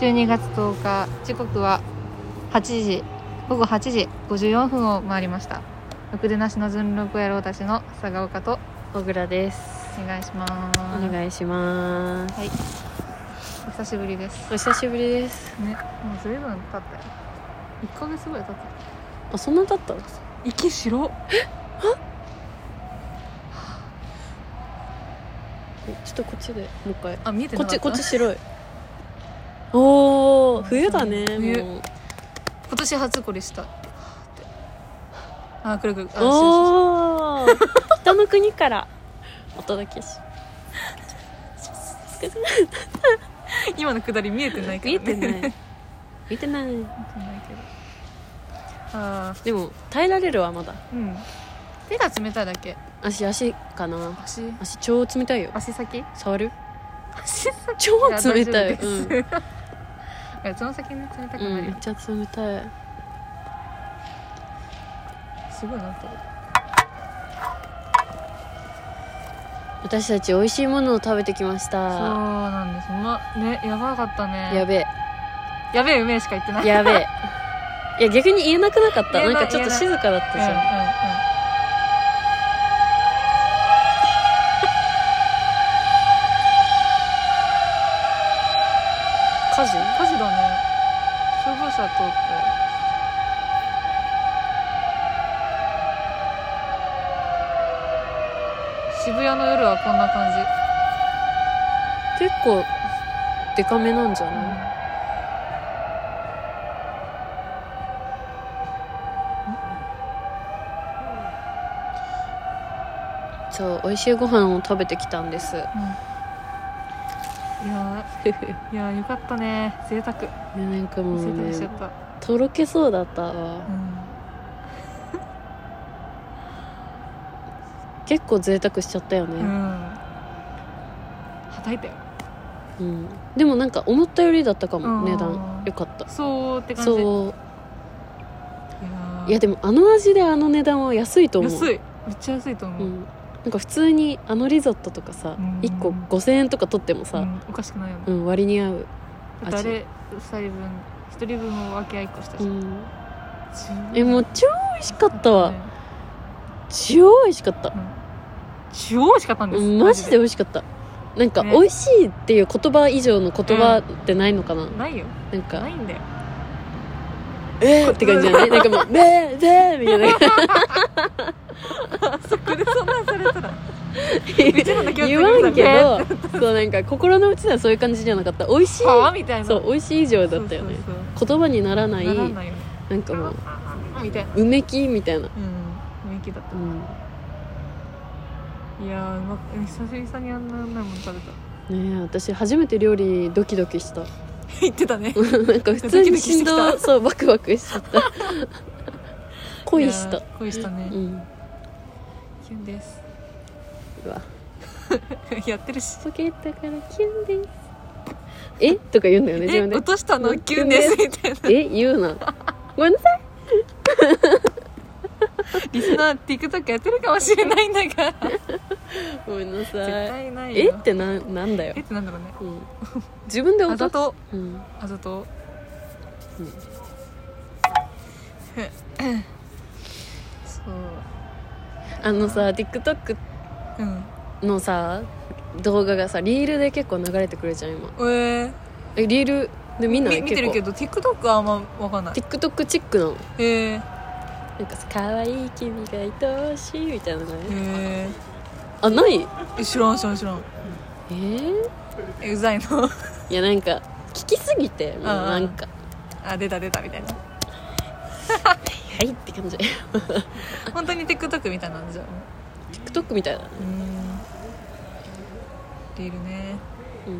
12月10日時刻は8時午後8時54分を回りましたろくでなしの純六野郎たちの佐賀岡と小倉ですお願いしまおす願いしますはいお久しぶりですお久しぶりですねもう随分経ったよ1ヶ月ぐらい経ったあそんな経った息白えちょっとこっちでもう一回あ見えてこなっかったちこっち白いおお冬だね冬もう今年初これしたあくるくるあそうそうおおー北の国からお届けしそう今のくだり見えてないから見ねえてない見えてないわかんないけどあでも耐えられるわまだーうん手が冷たいだけ足足かな足足超冷たいよ足先触る足先超冷たいや大丈夫 うんですいやつま先に冷たくう、なんるめよっ、ちゃ冷たいすごいなってる私たち美味しいものを食べてきましそうたなんですまねやばかったねやべやべえうめえしか言ってないえ やべえいや逆に言えなくなかった言えなないんかちょっと静かだったじゃん火事火事だね消防車通って渋谷の夜はこんな感じ、結構デカめなんじゃないそう美味しいご飯を食べてきた んですいやーいやーよかったね贅沢贅いやなんかもう、沢しちゃねっ、た、とろけそうだったわうん結構贅沢しちゃったようね、んはたいたようんでもなんか思ったよりだったかうもん値段よかったそうって感じそういいやでもあの味であの値段は安いと思う安いめっちゃ安いと思うう、ん、なんか普通にあのリゾットとかさ、うん1個5000円とか取ってもうさ、んおかしくないよねうん割に合う、だってあれ2人分1人分も分け合いっこしたうし、十ん、分えもう超美味しかったわ、ね超美味しかった、超美味しかったんです、うんマジで美味しかったなんかね美味しいっていう言葉以上の言葉ってないのかな、ないよなんなかいんだよ「えー!」って感じじゃないなんかもう「べーべー!」みた いなそこでそんなんされ たらうちらだけ言わんけどそうなんか心の内ではそういう感じじゃなかった美味しいはあみたいなそう美味しい以上だったよねそうそう言葉にならないそうならないよねなんかもうあみたいなうめきみたいうな、ん雰囲気だっうん、たいやーうまく久々にあんなうまいもの食べたねえ私初めて料理ドキドキした言ってたねなんか普通に振動ドキドキしてきたそうバクバクしちゃった 恋しいやたー恋したね、うんキュンですうわ やってるしポケットからキュンですえとか言うんだよね自え分で落としたのキュンですみたいなえ言 うなごめんなさいリスナー TikTok やってるかもしれないんだ が絶ごめんなさい対ないえよってななんだよえ、ってなんだろうねうん、自分であ踊ざっとうんあざとうんそうあのさ TikTok うんのさ動画がさリールで結構流れてくるじゃん今ええリールで見ー、なみい見てるけ結ど TikTok はあんま分かんない構 TikTok チックなのえー、なんかさ「可愛い君が愛おしい」みたいなのねえあないー、知らん知らん知らんえー、えうざいの いやなんか聞きすぎてもうああなんかあ出た出たみたいな「はい」って感じ本当に TikTok みたいなんじゃん TikTok みたいだねうーんリールねうん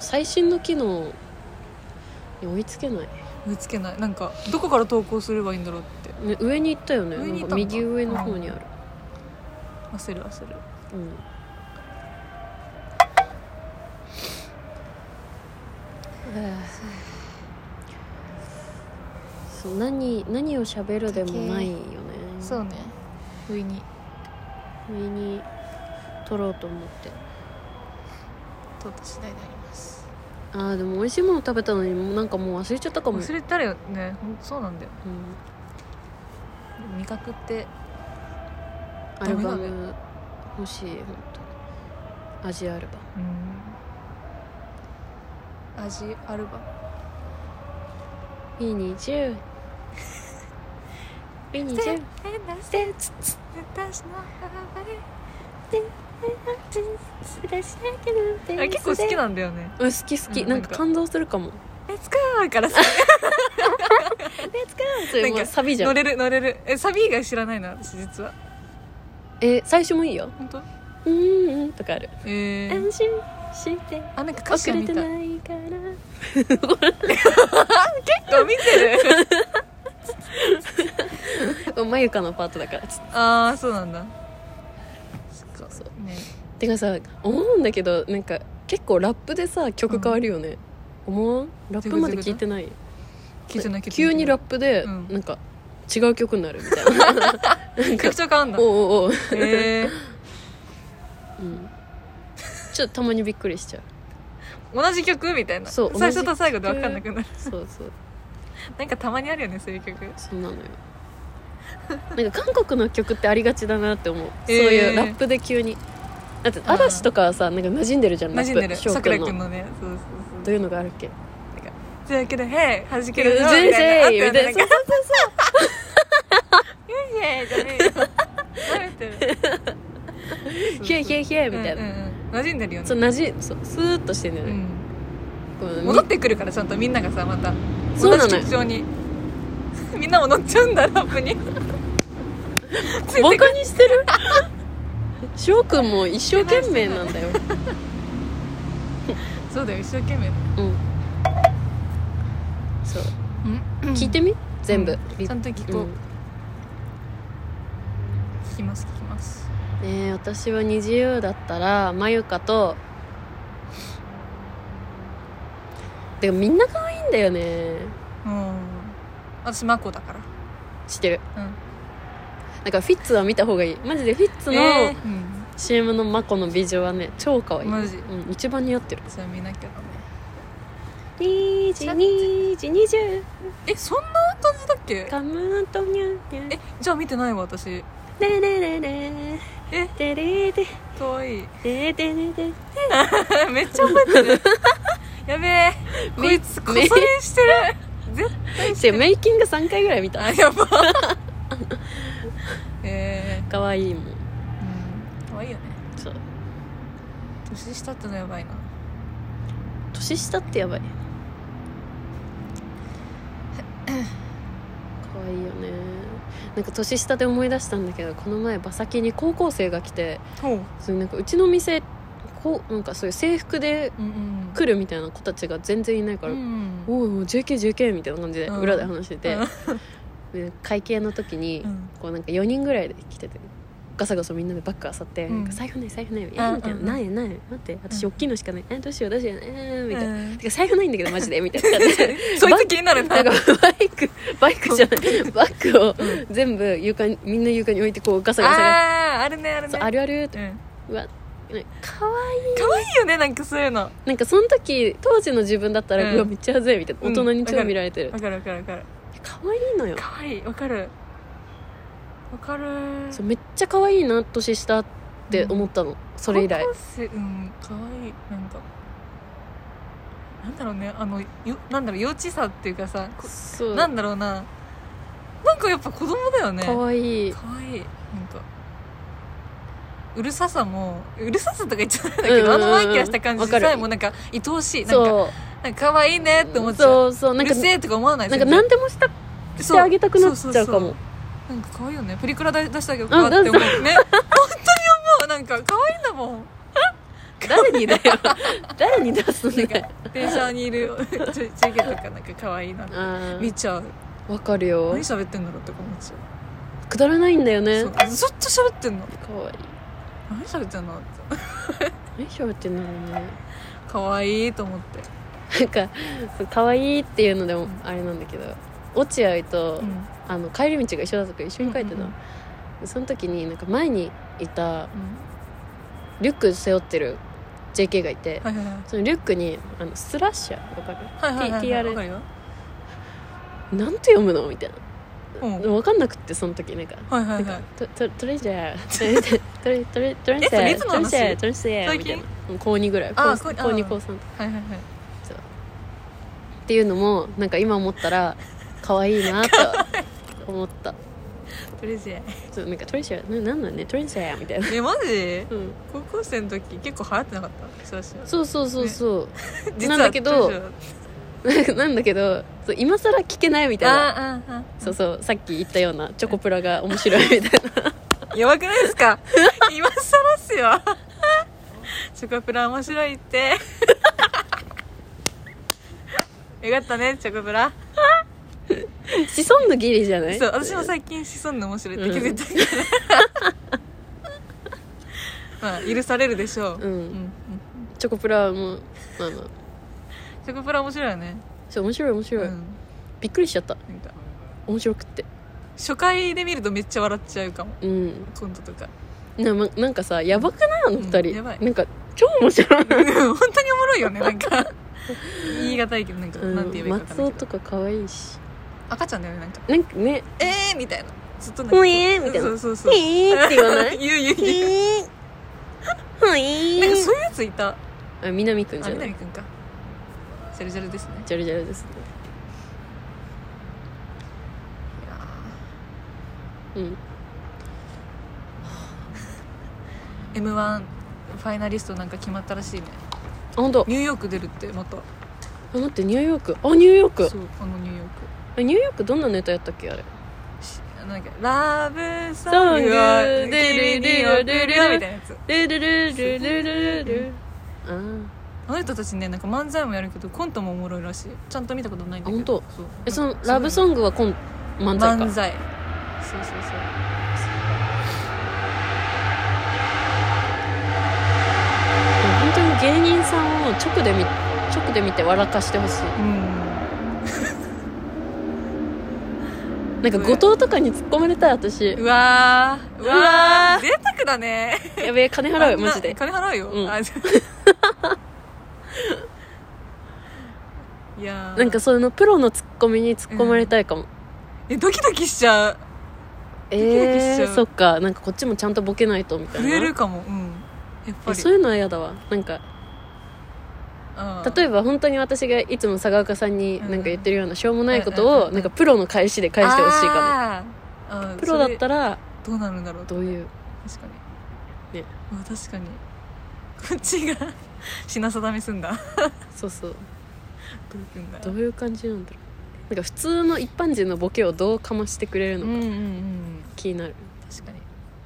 最新の機能に追いつけない、追いつけないなんかどこから投稿すればいいんだろうってね、上に行ったよね上に行っなんたかの右上の方にある焦る焦るうんああそう何何を喋るでもないよねそうね不意に上に取ろうと思って撮取った次第でありますあーでも美味しいもの食べたのにもうなんかもう忘れちゃったかも、うん忘、れたらよねほんとそうなんだよ味覚ってアルダバメだム欲しい本当にアジアルバムうん味あるばミニジュミニジュ出しのあ結構好きなんだよねうん好き好き、うんななんんかか感動するかも「レッツゴー!」からさそれなんもかうサビじゃ乗んれる乗れるえサビ以外知らないの私実はえ最初もいいよ本当うーんうんとかあるえー、安心してあなんか歌詞が遅れ見てた結ないから構見て るうんまゆかのパートだからつっああそうなんだそっかそねてかさ思うんだけどなんか結構ラップでさ曲変わるよね、思うラップまで聞いてない聞いてない聞いてない急にラップで、うんなんか違う曲にな るみたいななんか曲調変わんだおうおうおう、えー、うん、ちょっとたまにびっくりしちゃう同じ曲みたいなそう最同じ初曲と最後で分かんなくなるそうそうなんかたまにあるよねそういう曲そうなのよなんか韓国の曲ってありがちだなって思う、えーそういうラップで急にだって嵐とかはさなんか馴染んでるじゃんラ馴ップ染んでる翔さくくらんのくんのねそうそうそどうういうのがあるっけというわけで「へいはじけ人るぞ」みたいな生あみったたよいねななんか「イエイじゃねえよ慣れてる「ヒェイヒェイヒェイ」みたいな、うんうんうん馴染んでるよねそうなじそうスーッとしてんだようね、んこう戻ってくるからちゃんとみんながさまたそうなのよ同じ曲調に みんなも乗っちゃうんだラップについてくバるカにしてる 翔くんも一生懸命なんだよ、そうだよ一生懸命うん、そううん聞いてみ全部、うんちゃんと聞こう、うん聞きます聞きますねえ私は二自由だったらまゆかとてかみんな可愛いんだよねうん私マコだから知ってるうんだからフィッツは見た方がいいマジでフィッツえのーうん CM のマコの美女はね超可愛いマジうん、一番似合ってるそれ見なきゃだね2時2時20えそんな感じだっけカムントニャンニャンえじゃあ見てないわ私レレレレえデレデかわいいデデデデ めっちゃ覚えてる やべえこいつこそれしてる絶対してでるメイキング3回ぐらい見たあやば え可愛いもんー、うんかわいいよねそう年下ってのやばいな年下ってや ばい可愛いよねなんか年下で思い出したんだけどこの前馬先に高校生が来てほうそうなんかうちの店こうなんかそういう制服でうんうん来るみたいな子たちが全然いないから「うんおうおう JKJK」みたいな感じでうん裏で話してて、うんで会計の時に、うんこうなんか4人ぐらいで来ててガサガサみんなでバッグ漁って「うんなんか財布ない財布ない」えみあたいな「うんないない待って私うん大きいのしかないえどうしようどうしようえー」みたいな。うんてか財布ないんだけどマジでみたいな感じでそいつ気になるななんかバイクバイクじゃないバッグを全部床にみんな床に置いてこうガサガサガあーあるねあるサそねうあるあるってうんうわなんかかわいい可愛いよねなんかそういうのわなんかその時当時の自分だったら、ううんわめっちゃはずいみたいなうん大人に超見られてる、かるわかるわかるかわいいのよ可愛いわかるわかるそうめっちゃかわいいな年下って思ったの、それ以来高校生うん可愛いなんかなんだろうねあのよなんだろう幼稚さっていうかさこそうなんだろうななんかやっぱ子供だよねかわいい可愛いなんかうるささもうるささとか言っちゃうんだけど、うんうんうんあのワイキャーした感じわさかるえもなんか愛おしいなんかそうなんか可愛いねって思っちゃうそうそううなんかるせえとか思わないなんか全何でもした然してあげたくなっそちゃうかもそそなんか可愛いよねプリクラ出したけどうかんって思うね本当に思うなんか可愛いんだもん誰に だよ誰に出すんだよ電車にいる ジェジェゲとかなんか可愛いなあー見ちゃうわかるよ何喋ってんだろうって思っちゃうくだらないんだよねそうずっと喋ってんのかわいい何喋ってんのって何喋ってんだろうね可愛いと思ってなんかそうかわいいっていうのでもあれなんだけど落合と、うんあの帰り道が一緒だったから一緒に帰ってたの、うんうんその時になんか前にいたうんリュック背負ってる JK がいて、はいはいはいそのリュックにあのスラッシャーわかるはいはいはい T- TR わかるよなんて読むのみたいな、うんはい分かんなくってその時なんかはいはないんかトトトレジャ ートレトレトレジえそれャいーつのトレ話ジャートレジャー最み近たいなうん高2ぐらいあ高ー高高二2あー高は3いはいっていうのもなんか今思ったら 可愛いなと思ったトレジェそうなんかトレジャーななんなんねトレジャーみたいな、えマジうん、高校生の時結構流行ってなかったスラッシュそうそうそう そう実はなんだけど トレジェなんかなんだけどそう今更聞けないみたいなあーあーあそうそうさっき言ったようなチョコプラが面白いみたいな ーやばくないですか 今更っすよチョコプラ面白いって よかったねチョコプラシソンヌギリじゃないそう私も最近シソンヌ面白いって気づいたけど、 まあ許されるでしょう、うんうんうん、チョコプラもまあまあチョコプラ面白いよね、そう面白い面う白い、ん、びっくりしちゃったなんか面白くって初回で見るとめっちゃ笑っちゃうかもうんコントとか なまなんかさやばくないあの二人、うんやばいなんか超面白い、本当におもろいよねなん か言い難いけどなんか、うんなんて言えばいいか分かん松ない尾けとどか可愛いし赤ちゃんだよねなんかなんかね「えー!」みたいなずっとなん「かほえー」みたいなそう「そうそうえー」って言わない言 う言う「え言うー」「ほえー」なんかそういうやついたああ南くんじゃな南いくんかジャルジャルですねジャルジャルですねいやうんー M1 ファイナリストなんか決まったらしいねあ本当ニューヨーク出るってまたあ待ってニューヨークあニューヨークそうあのニューヨークあニューヨークどんなネタやったっけあれしなんかラブソングはソング君に送るよみたいなやつルルルルルルルルあーあの人たちねなんか漫才もやるけどコントもおもろいらしいちゃんと見たことないんだけどあ本そうえそのラブソングは今漫才か漫才そうそうそう本当に芸人さんを直で見直で見て笑かしてほしいうんなんか後藤とかに突っ込まれたい私うわーううわわー贅沢だねやべえ金払うあよんなマジで金払うよ、うんあじゃ あいやーなんかそのプロの突っ込みに突っ込まれたいかも、えドキドキしちゃうえドキしちえゃうそっかなんかこっちもちゃんとボケないとみたい震なえるかもうんやっぱりえそういうのは嫌だわなんか例ええば本当に私がいつも佐川家さんになんか言ってるようなしょうもないことうんうんうんをうんなんかプロの返しで返してほしいかももプロだったらどうなるんだろうとどういう確かにねうわ確かにこっちが品定めすんだそうそうどうくんだどういう感じなんだろうなんか普通の一般人のボケをどうかましてくれるうのんうんかうん気になる、確かに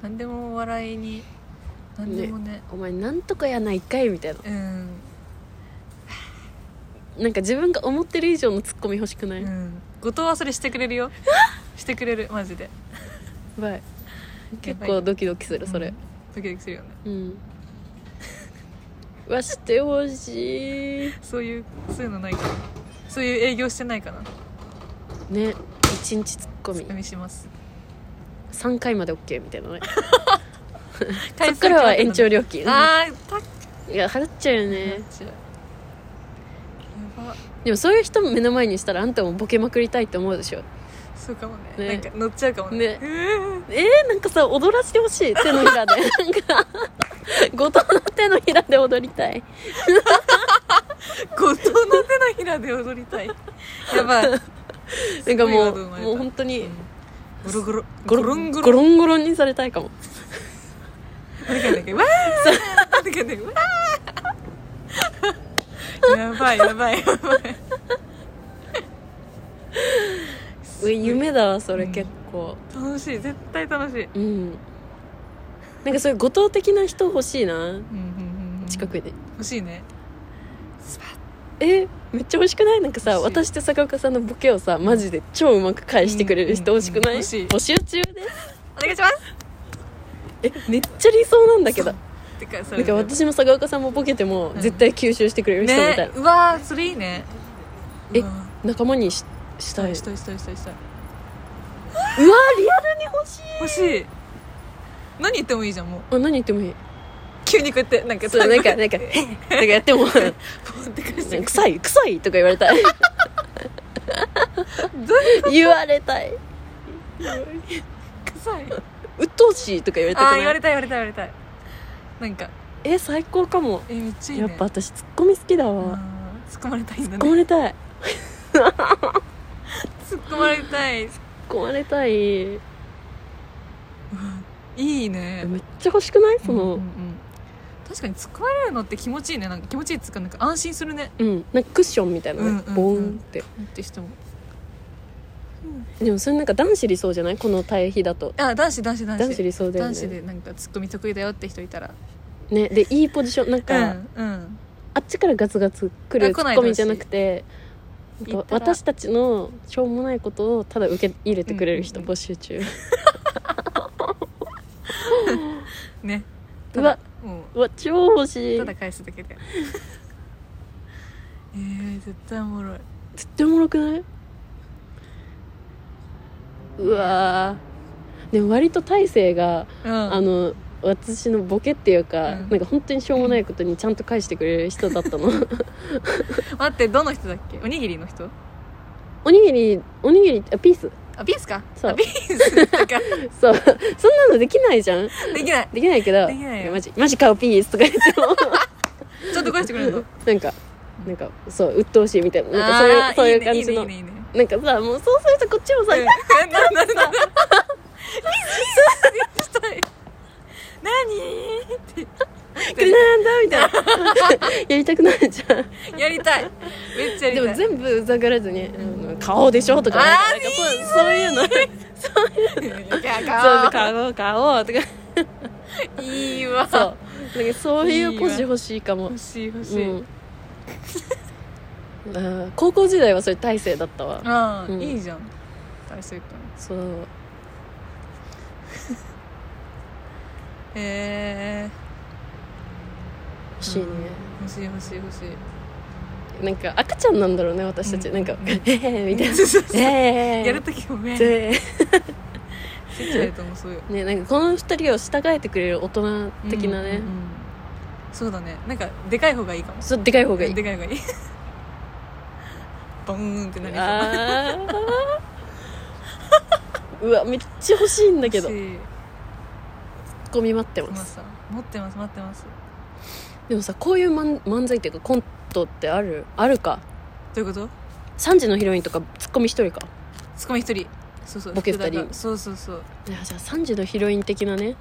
何でもお笑いに何でもねお前なんとかやないかいみたいなうんなんか自分が思ってる以上のツッコミ欲しくなうい、ん後藤はそれしてくれるよ してくれるマジでやばい結構ドキドキするそれうんドキドキするよねうん、 うわしてほしいそういうそういうのないかなそういう営業してないかなね一日ツッコミお見します3回まで OK みたいなねそそっからは延長料金あーたっいや払っちゃうよけやねばでもそういう人目の前にしたらあんたもボケまくりたいって思うでしょそうかもねねなんか乗っちゃうかもねねうーえー、なんかさ踊らせてほしい手のひ らでなんか後藤の手のひらで踊りたい後藤の手のひらで踊り たいやばいなんかもすごいワード生まれうたもう本当にゴロゴロゴゴロロンンゴゴロンロンゴロンにされたいかもなんかねわー なんかねわーやばいやばいやばいうえ夢だわそれうん結構楽しい絶対楽しいうん、なんかそういう後藤的な人欲しいなうんうんうん近くで欲しいねえめっちゃ欲しくないなんかさ欲しい私と坂岡さんのボケをさマジで超うまく返してくれる人うん欲しくない、欲しい募集中でお願いしますえめっちゃ理想なんだけどてかそなんれか私も坂岡さんもボケてもうん絶対吸収してくれる人みたいねな、うわーそれいいねえうわ仲間にししたいーしたいしたいしたいしたいうわリアルに欲しい欲しい何言ってもいいじゃんもうあ何言ってもいい「急にこうや ってなんかそうなんかなんか「へっ」とかやってもポンって返して「 臭い臭い」とか言われたい言われたい臭い鬱陶しいとか言われたあくあ言なわいれたい言われたい言われたいなんかえ最高かもえめっちゃいいやねっぱ私ツッコミ好きだうんわ突っ込まれたいんだ突っ込ねまれたい突っ込まれたい突っ込まれたいいいねめっちゃ欲しくないそのうんうんうん確かに突っ込まれるのって気持ちいいねなんか気持ちいいっつうかなんか安心するねうんなんかクッションみたいなうんねうんうんボーンってってしてもでもそれなんか男子理想じゃないこの対比だとあ男子男子男子男子理想だよ男子ねでなんかツッコミ得意だよって人いたらねでいいポジションなんうかんうんあっちからガツガツ来るあツ来なッいコミじゃなくてだしな行んっかたら私たちのしょうもないことをただ受け入れてくれる人うん募集中ねうわもうわ超欲うしいただ返すだけで えー、絶対おもろい絶対おもろくないうわーでも割と大勢がうんあの私のボケっていうか、うんなんか本当にしょうもないことにちゃんと返してくれる人だったの 待ってどの人だっけおにぎりの人おにぎりおにぎりあピースあピースかそうあピースとか そうそんなのできないじゃんできないできないけどできないよやマジマジ顔ピースとか言ってもちょっと返してくれるの なんかなんかそう鬱陶しいみたいななんかそういうあーそういう感じのいいねいいねいいねいいねなんかさもうそうするとこっちもさ、うん えなんなんなんなんピースピースしたい何 これなんだみたい なやりたくなるじゃんやりたいめっちゃやりでたいも全部うざがらずに、うん顔でしょとかあーなんかそうそういうのそういやそうか顔顔とかいいわそうなんかそういうポジ欲しいかも欲しい欲しうい、ん あー高校時代はそれ大勢だったわああ、うんいいじゃん大成功そうえ欲しいね、え欲しい欲しい欲しいなんか赤ちゃんなんだろうね私たち、うんなんか 「ええみたいなそうそう「そうえ えやるときも目ぜスイッチ入ると思うそうよねなんかこの二人を従えてくれる大人的うんうなね、んうんそうだねなんかでかい方がいいかもそうでかい方がいいでかい方が いいボーンってなりそうあーうわめっちゃ欲しいんだけど欲ツしいッコミ待ってまますす持ってます待ってますでもさこういう漫漫才っていうかコントってあるあるかどういうこと3時のヒロインとかツッコミ一人かツッコミ一人そうそうボケ二人福田がそうそうそういやじゃあ3時のヒロイン的なね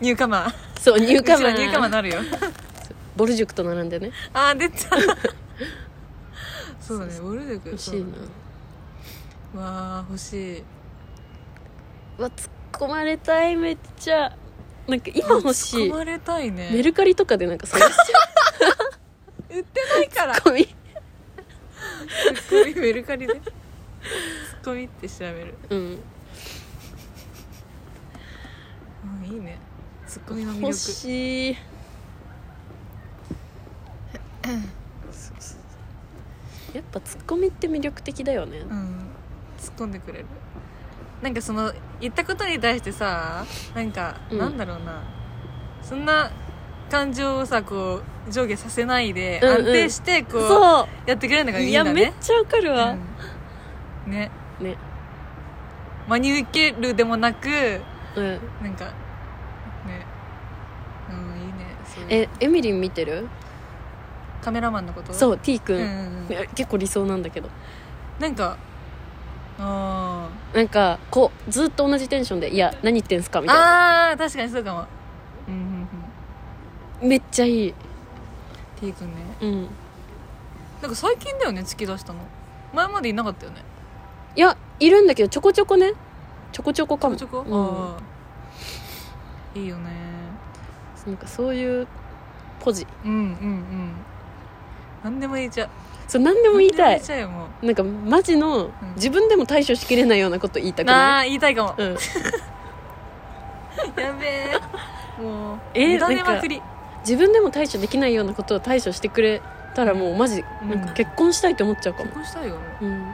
ニューカマー そうニューカマうちらニューカマーなるよボル塾と並んでねあー出たそうだねボルデク欲しいななわあ欲しいうわ突っ込まれたいめっちゃなんか今欲しい突っ込まれたいねメルカリとかでなんか探しちゃ売ってないからう込 みツッコミメルカリでツッコミって調べるうんうんいいねツッコミの魅欲力しいやっぱツッコミって魅力的だよねうん突っ込んでくれるなんかその言ったことに対してさなんか、うんなんだろうなそんな感情をさこう上下させないで、うんうん安定してこうそやってくれるのうがいいいんやだめっねちゃわかるわうんねね真に受けるでもなくうんなんかねうんいいねそういうえエミリン見てるカメラマンのこと、そうう T うんうん君うん、結構理想なんだけどなんかあーなんかこうずっと同じテンションで「いや何言ってんすか」みたいなあー確かにそうかもうんうんうんめっちゃいい T 君ねうんなんか最近だよね突き出したの前までいなかったよねいやいるんだけどちょこちょこねちょこちょこちかょもこちょこ、うんあーいいよねなんかそういうポジうんうんうん何でも言えちゃうそう何でも言いた何でも言えいちゃうよもうなんかマジのうん自分でも対処しきれないようなこと言いたくあなあ言いたいかもい、うん、やべえもうえー委ねまくり自分でも対処できないようなことを対処してくれたらもうマジうんなんか結婚したいと思っちゃうかも結、婚したいよもうんう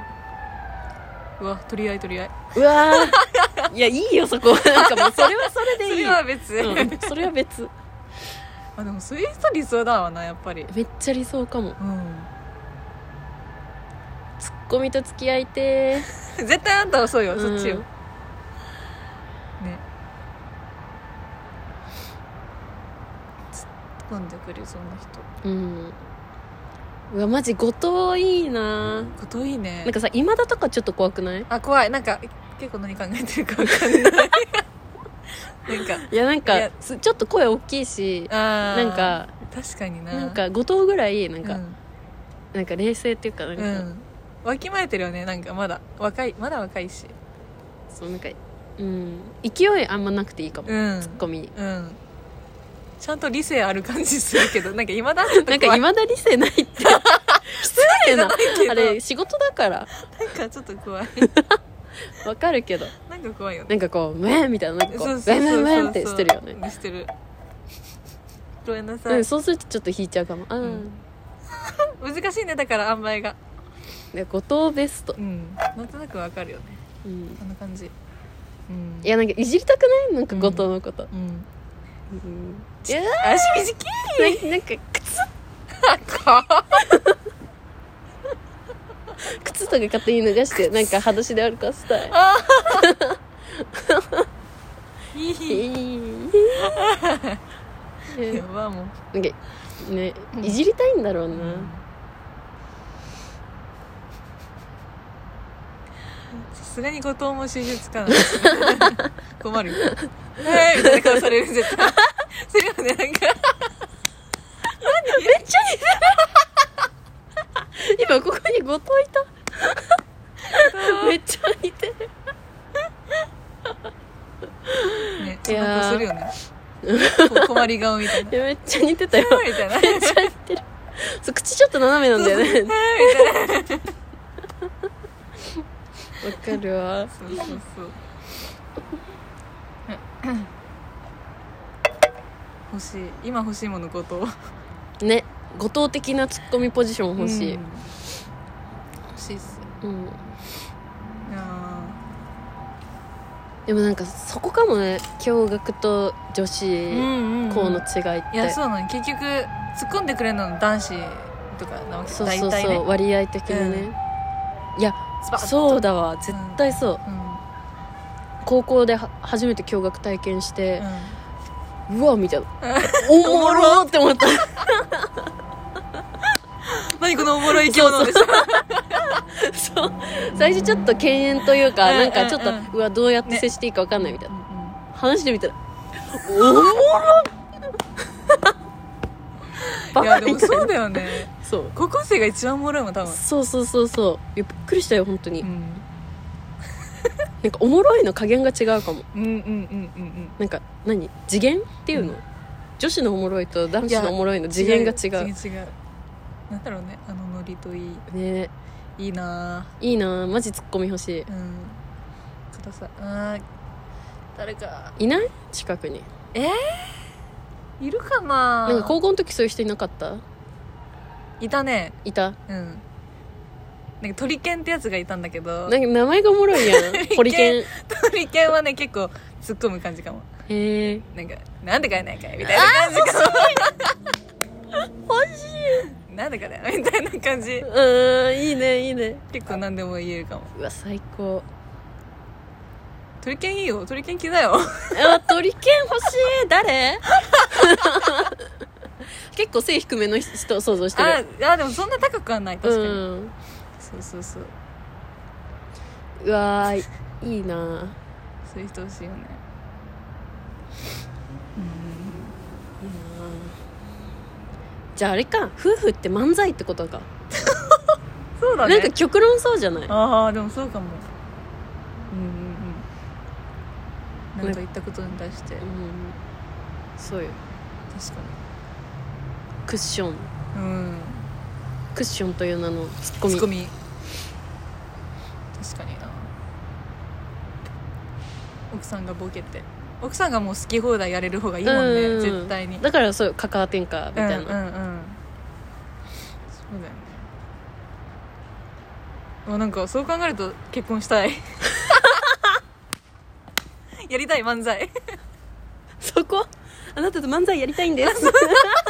うわ取り合い取り合いうわ ーいやいいよそこなんかもうそれはそれそでいいれは別、うん、それは別あでもスイート理想だわなやっぱりめっちゃ理想かもうんツッコミと付き合いてー絶対あんた遅いよ、そっちようねん突っ込んでくるそんな人うんうわマジ後藤いいなこといいねなんかさ今田とかちょっと怖くないあ怖いなんか結構何考えてるかわかんないなんかいやなんいかやすちょっと声大きいしあーなんか確かにななんか後藤ぐらいなんうか、んなんか冷静っていうかなんか、うんわきまえてるよねなんかまだ若いまだ若いしそうなんかうん勢いあんまなくていいかも、うんツッコミうんちゃんと理性ある感じする けどなんか今だなんかいまだ理性ないって失礼 なけどあれ仕事だからなんかちょっと 怖いわかるけどなんか怖いよねなんかこう「ウェン!」みたいななんかこう「ウそェうンそうそうそうウェンウェン!」ってしてるよねしてるごめんなさういん、そうするとちょっと引いちゃうかもあー、うん難しいねだから塩梅がで後藤ベスト、うんなんとなくわかるよねうん、こんな感じうんいやなんかいじりたくないなんか後藤のこと、うんうんいや足短いななんか靴か靴とか勝手に脱 がしてなんか裸足で歩かせたい いいいい やねばもうなんかねいじりたいんだろうな、さすがに後藤も収集つかない困るよ「えー」みたいな顔される絶対するよねなんか めっちゃ似てる今ここに後藤いためっちゃ似てるねいそんやなー顔するよねこ困り顔みたいないやめっちゃ似てたよ「えー」みたいな「えめっちゃ似てるそう口ちょっと斜めなんだよねー」みたいなわかるわそうそうそう欲しい今欲しいもの後藤ね後藤的なツッコミポジション欲しい、うんう欲しいっすんあでもなんかそこかもね驚愕と女子ーうんうんうん校の違いって、いやそうなの結局突っ込んでくれるのは男子とかなわけそうそう大体そう、ね割合的にね、いやスパッとそうだわ絶対そう、うん高校では初めて驚愕体験して、ううわみたいなおもろーって思ったん、何このおもろい生き物ですかそう最初ちょっと敬遠というか、うんなんかちょっと、うんうわどうやってね接していいか分かんないみたいな、話してみたらおいもろ バやカでみもたいそうなだよねそう高校生が一番おもろいもん多分、そうそうそうそういやびっくりしたよ本当に、ん、なんかおもろいの加減が違うかもうんうんうんうんうんなんか何次元っていうの、うん女子のおもろいと男子のおもろいの次元が違う次元違うなんだろうねあのノリといいねいいなぁいいなあマジツッコミ欲しうんくださいあー誰かいいない近くにいるかななんか高校の時そういう人いなかったいたねいたうんなんか鳥犬ってやつがいたんだけど なんか名前がおもろいやんホリケンへ鳥犬はね結構突っ込む感じかもえなんか「なんで買えないかい」みたいな感じかも欲しいなんでかだよみたいな感じうーんいいねいいね結構何でも言えるかもうわ最高鳥犬いいよ鳥犬気だよあ鳥犬欲し い誰結構背低めの人想像してあるあでもそんな高くはないう確かに、んそうそうそううわーいいなあそういう人欲しいよねいいなあじゃああれか夫婦って漫才ってことか、そうだなねんか極論そうじゃないああでもそうかもうんうんうんなんか言ったことに対してう確かんそうよクッションにうんクッションという名のツッコツミッコミ確かにな奥さんがボケて奥さんがもう好き放題やれる方がいいもんねうん絶対にだからそうカカアテンカみたいな、うんうんうんそうだよねあなんかそう考えると結婚 したいやりたい漫才そこあなたと漫才やりたいんです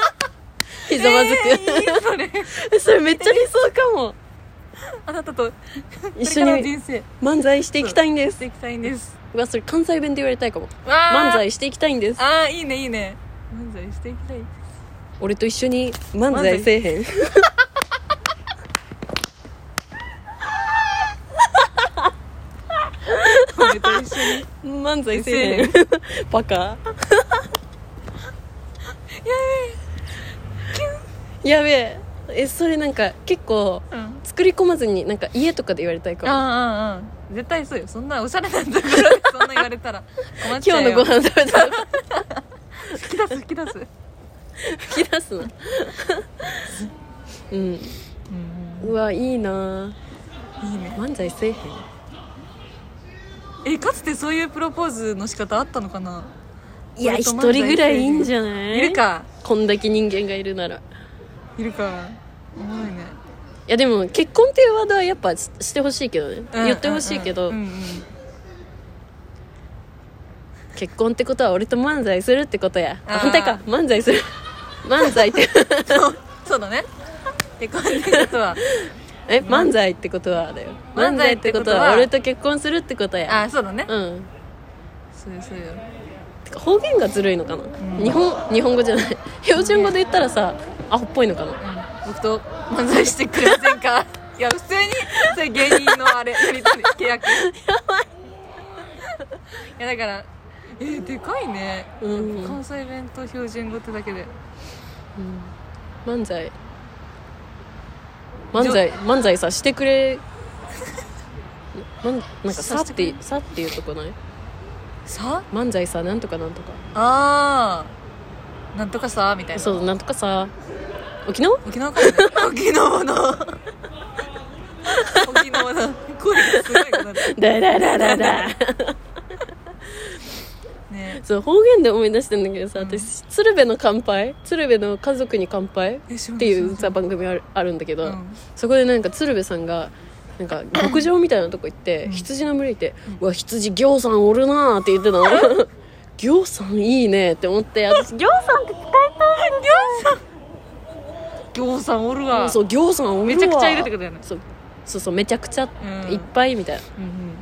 ひざまずえーいいく、それ それめっちゃ理想か もあなたと一これ緒からのに人生漫才していきたいんでしすていきたいんですうわそれ関西弁で言われたいかもわ漫ー才していきたいんですああいいねいいね漫才していきたい俺と一緒に漫才せえへん俺と一緒にイ漫才せえへん バカやべええそれなんか結構エーイうん作り込まずになんか家とかで言われたいかもあああ絶対そうよそんなおしゃれなところでそんな言われ たら困っち今ゃう日のよご飯食べたら 吹き出す吹き出す吹き出すな うんうんうわいいなうんいいね漫才せえへんえかつてそういうプロポーズの仕方あったのかないや俺と一漫人才ぐらいいいんじゃないいるかこんだけ人間がいるならいいるかおもろいねやでも結婚っていうワードはやっぱししてほしいけどね、うん言ってほしいけど、うんうん結婚ってことは俺と漫才するってことやあー反対か漫才 する漫才って そうだね結婚ってことはえ漫才ってことはだよ漫才漫才っっててここととはは俺と結婚するってことやああそうだねうんそうよそうよてか方言がずるいのかな、ん日本日本語じゃない標準語で言ったらさアホっぽいのかうなん僕と漫才してくれませんか いや普通にそれ芸人のあれやり取り契約やばいいやだからえー、でかいね、うん関西弁と標準語ってだけで漫才漫才漫才さしてくれ まんなんかさっさしててくさっていうとこないさ漫才さなんとかなんとかあーなんとかさみたいなそうなんとかさ沖縄 沖縄からね沖縄の 沖縄の声がすごいことだだだだだだねそう方言で思い出したんだけどさ私鶴瓶の乾杯鶴瓶の家族に乾杯っえ知らなていう知らさな番組あるあるんだけど、うんそこでなんか鶴瓶さんがなんか牧場みたいなとこ行って、羊の群れいて「うわ羊ぎょうさんおるな」って言ってたのぎょうさんいいねって思って私ぎょうさんって行さんおるわそうぎょうさんおるわめちゃくちゃいるってことだよねそうそうそうめちゃくちゃうんいっぱいみたいな、うんうん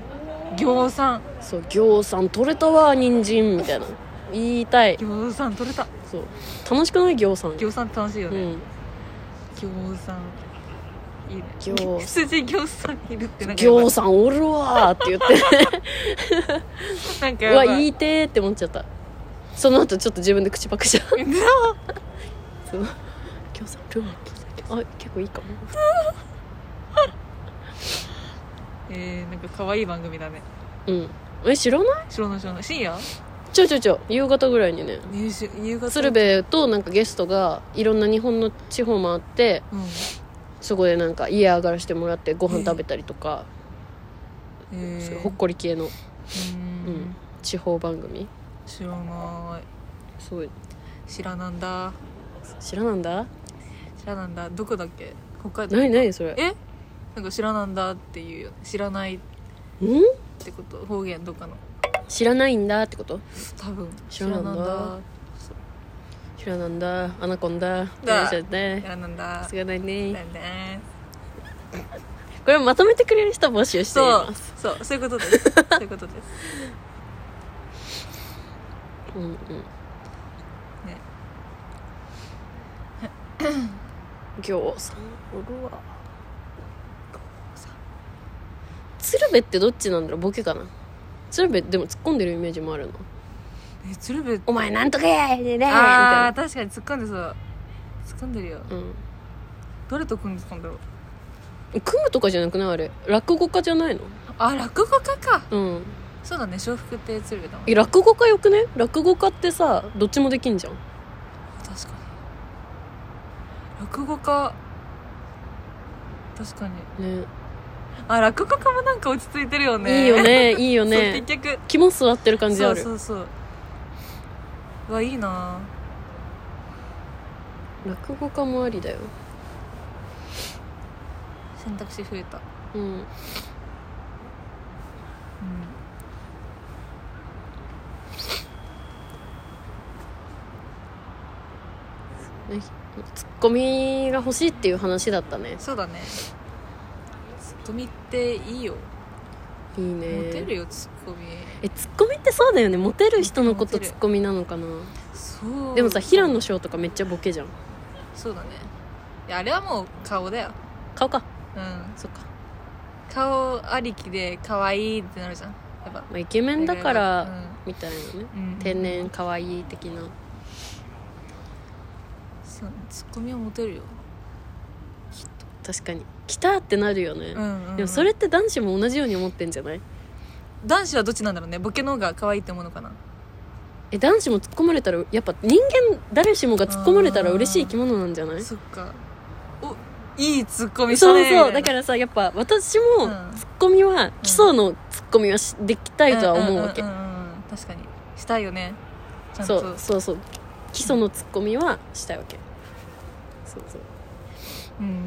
行さんそうぎょうさん取れたわ人参みたいな言いたい行さん取れたそう楽しくないぎょうさん行さんって楽しいようね、ん餃子いいね餃羊餃子いるってなんかぎょうさんおるわーって言ってなんかう わやば言いいてーって思っちゃったその後ちょっと自分で口パクしちゃ うそうぎょうさんおるわあ結構いいかもえー、なんか可愛い番組だねうんえ知らない知らない知らない深夜ちょいちょいちょい夕方ぐらいにね夕し夕方鶴瓶となんかゲストがいろんな日本の地方回ってうんそこでなんか家上がらしてもらってご飯食べたりとか、えそうー、いうほっこり系の、ううんん、地方番組知らないすごい知らなんだ知らなんだ知らなんだどこだっけ北海道何何それえなんか知らなんだっていうよね知らないっんてこと方言とかの知らないんだってこと多分知らなんだ知知らなんだアナコンダだだじゃね知らなんだ知らない知ねらなんだこれまとめてくれる人募集していそうますそうそういうことですそういうことですうんうん ねぎょうさんおるわ鶴瓶ってどっちなんだろうボケかな鶴瓶でも突っ込んでるイメージもあるなえ鶴瓶「お前なんとかやでね」みたいああな確かに突っ込んでそう突っ込んでるようん誰と組んでたんだろう組むとかじゃなくないあれ落語家じゃないのあ落語家かうんそうだね笑福亭鶴瓶だもんえ落語家よくね落語家ってさどっちもできんじゃん確かに落語家確かにねあ落語家もなんか落ち着いてるよねいいよねいいよね そう結局肝座ってる感じそあうるそうそううわいいな落語家もありだよ選択肢増えたうんうんツッコミが欲しいっていう話だったねそうだねツッコミっていいよいいねモテるよツッコミえツッコミってそうだよねモテる人のこモとテるツッコミなのかなそうでもさ平野翔とかめっちゃボケじゃんそうだねいやあれはもう顔だよ顔かうんそっか、顔ありきで可愛いってなるじゃんやっぱまあ、イケメンだから、みたいなねうんうん天然可愛い的なそうねツッコミはモテるよ確かに来たってなるよね、うん、うん、でもそれって男子も同じように思ってんじゃない男子はどっちなんだろうねボケの方が可愛いって思うのかなえ男子も突っ込まれたらやっぱ人間誰しもが突っ込まれたら嬉しい生き物なんじゃないそそっかおいいツッコミうしたねそうだかららさやっぱ私もうん突っ込みは、基礎の突っ込みはしできたいとは思うわけ、んんんうん確かにしたいよねちゃんそとうそうそう基礎の突っ込みはしたいわけそうそううんうんうん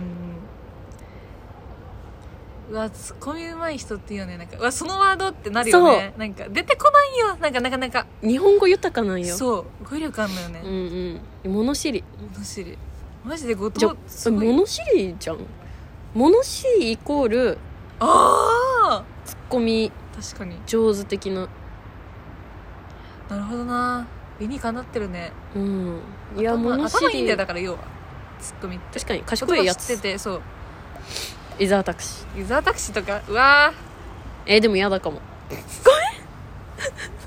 うわツッコミうまい人っていいよねなんかうわそのワードってなるよねなんか出てこないよなんかなかなか日本語豊かなんよそう語彙力あんのよねうんうん物知り物知りマジで後じゃ藤すごい物知りじゃん物知りイコールああ突っ込み確かに上手的ななるほどな理にかなってるねうんいや頭物知頭いいんりだよだから要はツッコミって確かに賢いや言葉知っつててそう伊沢拓司伊沢拓司とかうわえーでも嫌だかも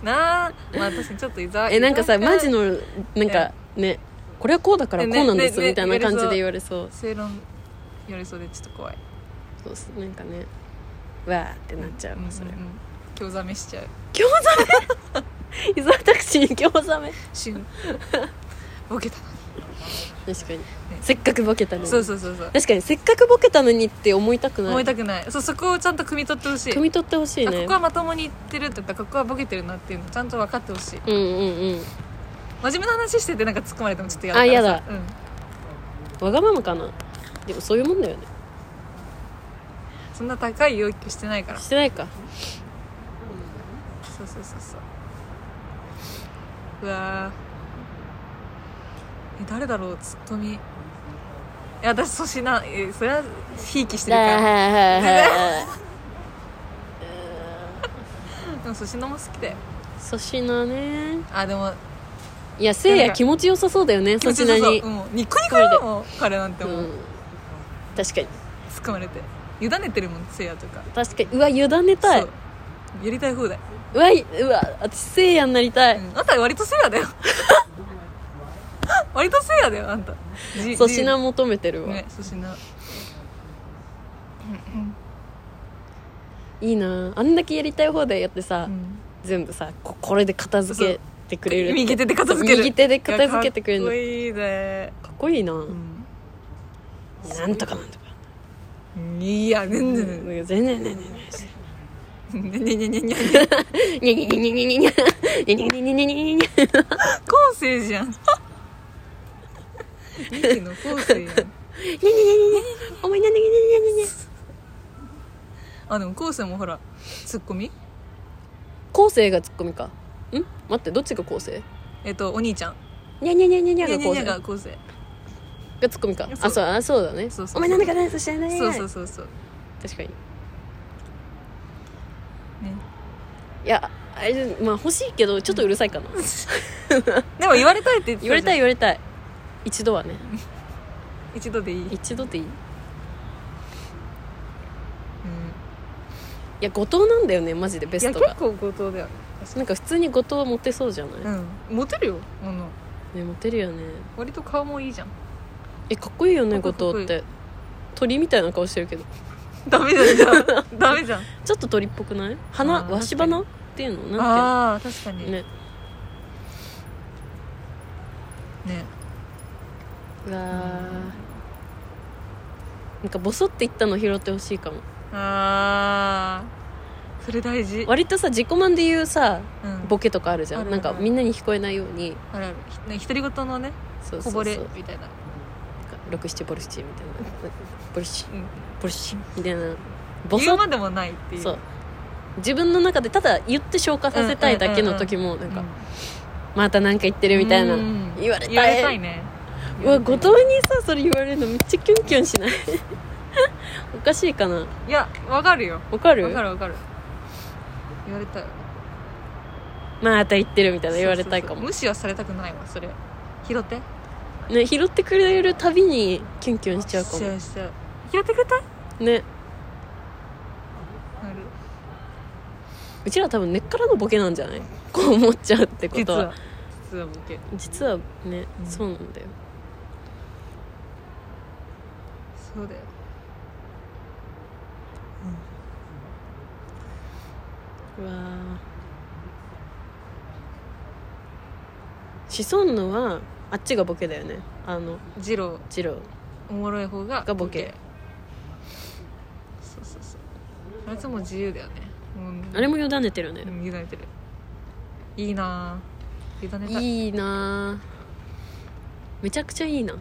ーなあまあ確かにちょっと伊沢 えなんかさマジのなんかえねこれはこうだからこうなんですねねみたいな感じでね言われそう正論寄りそうでちょっと怖いそうそうなんかねわーってなっちゃうそれんんん興ざめしちゃう伊沢拓司に興ざめシ ュンボケたな確かにせっかくボケたのにそうそうそうそう確かにせっかくボケたのにって思いたくない思いたくないそうそこをちゃんと汲み取ってほしい汲み取ってほしいあこねこはまともに言ってるとかここはボケてるなっていうのちゃんと分かってほしいうんうんうん真面目な話しててなんか突っ込まれてもちょっと嫌だあからさわがままかなでもそういうもんだよねうん、そんな高い要求してないからしてないかそうそうそうそううわーえ誰だろうツッコミいや私粗品えそれはひいきしてるから でも粗品も好きだよ粗品ねあでもいやせいや気持ちよさそうだよね粗品にそううん、ニコニコだもん彼なんてうもう、ん確か突っに込まれて委ねてるもんせいやとか確かにうわ委ねたいそうやりたい放題、うわいうわ私せいやになりたういん、あんた割とせいや だよ割とせいやだよあんたじ粗品求めてるわね粗品いいなあんだけやりたい方でやってさうん全部さここれで片付けてくれる右手で片付ける右手で片付けてくれるいのやかっこいいねかっこいいななんとかなんとかうんいやねんねんねん全然ねねねねんねんねんねんねんにゃにゃにゃにゃにゃにゃにゃにゃにゃにゃにゃにゃにゃにゃ昴生じゃんミキの昴生やんお前なんだにゃにゃにゃにゃにゃあでも昴生もほらツッコミ後世がツッコミかん待ってどっちが後世えっとお兄ちゃんにゃにゃにゃにゃにゃニャニがャ後ニ世ャがが昴生ツッコミかそうあそうあそうだねそうそうそうお前なんだかなんだ知らないそうそうそうそう確かにねいやあれまあ欲しいけどちょっとうるさ いかなでも言われたいって言って言われたいい言われたい一度は ね一度でいい、うん、一度でいいいや後藤なんだよねマジでベいやスト結が構後藤だよなんか普通に後藤はモテそうじゃない、うんモテるよあのねモテるよね割と顔もいいじゃんえかっこいいよねか後っこいい藤って鳥みたいな顔してるけどダメじゃんじゃあダメじゃんちょっと鳥っぽくない花あーわし花っていうのなんああ確かていにうのねねうわーなんかボソって言ったの拾ってほしいかもああそれ大事割とさ自己満で言うさうんボケとかあるじゃあんるなんかみんなに聞こえないようにあるあるひね独り言のねそうそこぼうそうれみたいな67ボルシチみたいなボルシチうんボルシチみたいなボ言ソうッまでもないっていうそう自分の中でただ言って消化させたいだけの時もなんうんかまたなんか言ってるみたいなうん言われたい言われたいねうわ後藤にさそれ言われるのめっちゃキュンキュンしない おかしいかないやわかるよわかるわかるわかる言われたいまた言ってるみたいな言われたいかそうそうそうも無視はされたくないわそれ拾ってね拾ってくれるたびにキュンキュンしちゃうかしちゃもうしちゃう拾ってくれたなねるうちら多分根っからのボケなんじゃないこう思っちゃうってこ実とはは実はボケ実はね、うんそうなんだよそうだようわーシソンヌはあっちがボケだよねあのジロージローおもろい方ががボケそうそうそうあいつも自由だよねもうあれもよだねてるねうん委ねてるいいなぁ委ねたいいいなぁめちゃくちゃいいな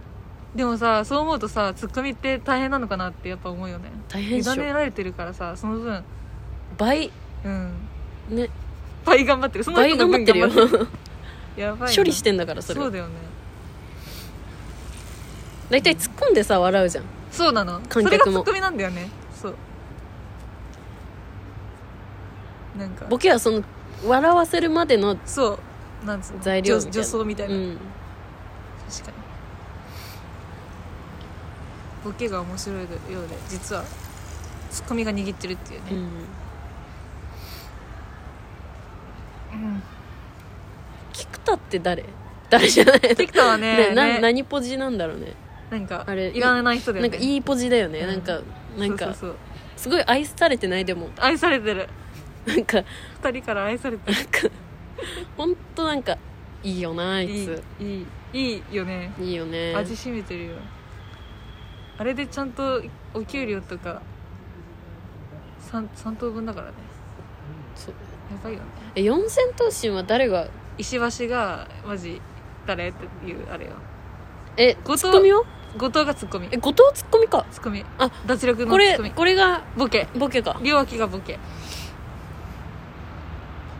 でもさそう思うとさツッコミって大変なのかなってやっぱ思うよね大委変ねっしょられてるからさその分倍うんね倍頑張ってるその倍人の頑分張ってるよ頑張ってる やばいな処理してんだからそれそうだよね大体突っ込んでさ笑うじゃんそうなのそ観客もれがツッコミなんだよねそうなんかボケはその笑わせるまでのそうなんつうの材料みた女いな女装みたいな、うん確かにボケが面白いようで実はツッコミが握ってるっていうね、うんうん菊田って誰誰じゃないテクタはねねなね何ポジなんだろうねなんかあれいらない人だよなねんかいいポジだよね、うんなんかなんそうかそうそうすごい愛されてないでも愛されてるなんか二人から愛されて るなんか本当なんかいいよなあいいいついいいいよねいいよね味しめてるよあれでちゃんとお給料とか 3, 三等分だからねそうやばいよねえ四千頭身は誰が石橋がマジ誰っていうあれよえ後藤ツッコミは後藤がツッコミえ後藤ツッコミかツッコミあ脱力のこツッれコミこれがボケボケか両脇がボケ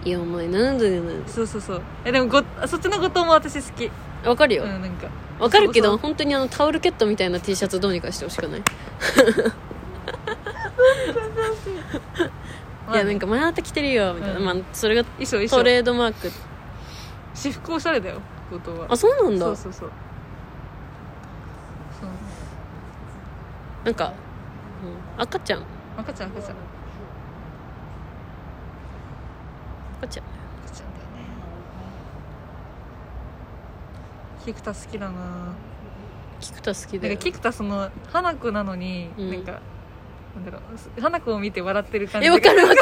いやお前なんでなんそうそうそうえでもごそっちの後藤も私好きわかるうよんなんかわかるけそどう本当にあのタオルケットみたいな T シャツどうにかしてほしくないいやなんかかまた着てるよみたいなうんまあそれが衣装衣ト装レードマーク私服おしゃれだよ後藤はあそうなんそうだそうそうそうなんかうん赤ちゃん赤ちゃん赤ちゃん赤ちゃん赤ちゃんだよね菊田好きだな菊田好なきだんかよ菊田その花子なのに、うんなんかなんだろう花子を見て笑ってる感じえがわかるわかる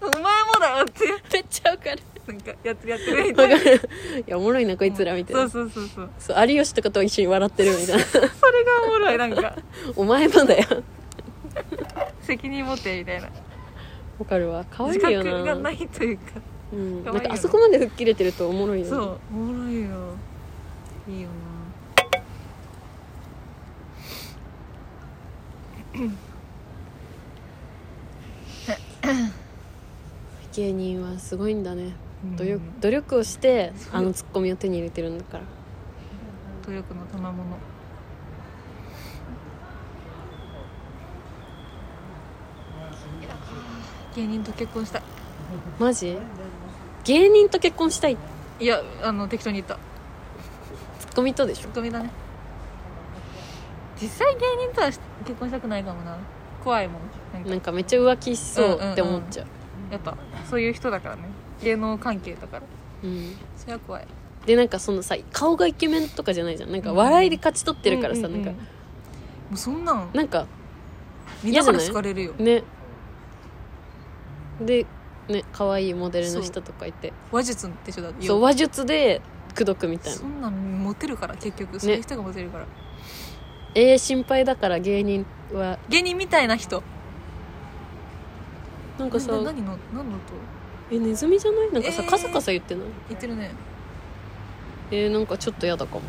お前もだよってめっちゃわかるなんかやってやってるみたわいなかるいやおもろいなこいつらみたいなそうそうそうそうそう有吉とかと一緒に笑ってるみたいなそれが おもろいなん かお前もだよ責任持てみたいなわかるわ可愛い自よ覚がなないというかう可ん、な愛いよんかあそこまで吹っ切れてるとおもろいよねそうおもろいよいいよ芸人はすごいんだねな努力うん努力をしてそうあのツッコミを手に入れてるんだから努力の賜物芸人と結婚したいマジ芸人と結婚したいいやあの適当に言ったツッコミとでしょツッコミだね実際芸人とはし結婚したくないかもな怖いもんなんかなんかめっちゃ浮気しそうって思っちゃうやっぱそういう人だからね芸能関係だからうんそれは怖いでなんかそのさ顔がイケメンとかじゃないじゃんなんかうん笑いで勝ち取ってるからさ、うううなんもかうそんなんなんかみんなから嫌じゃな好いかれるよねでね可愛いモデルの人とかいて話術でしょだってそう話術で口説くみたいなそんなんモテるから結局そういう人がモテるから、えー、心配だから芸人は芸人みたいな人なんかなさな何の何のとえネズミじゃないなんかさ、えーカサカサ言ってない言ってるねえー、なんかちょっと嫌だかも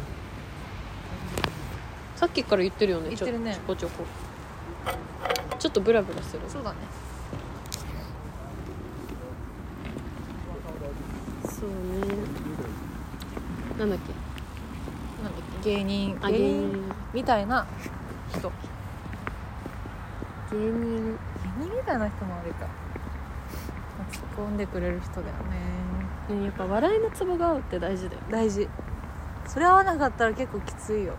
さっきから言ってるよね言ってるねちょこちょこちょっとブラブラするそうだねそうねなんだなんだっけっけ芸人あ芸芸人人みたいな人芸芸人人みたいな人もあるか突っ込んでくれる人だよねねやっぱ笑いのツボが合うって大事だよ大事それ合わなかったら結構きついよ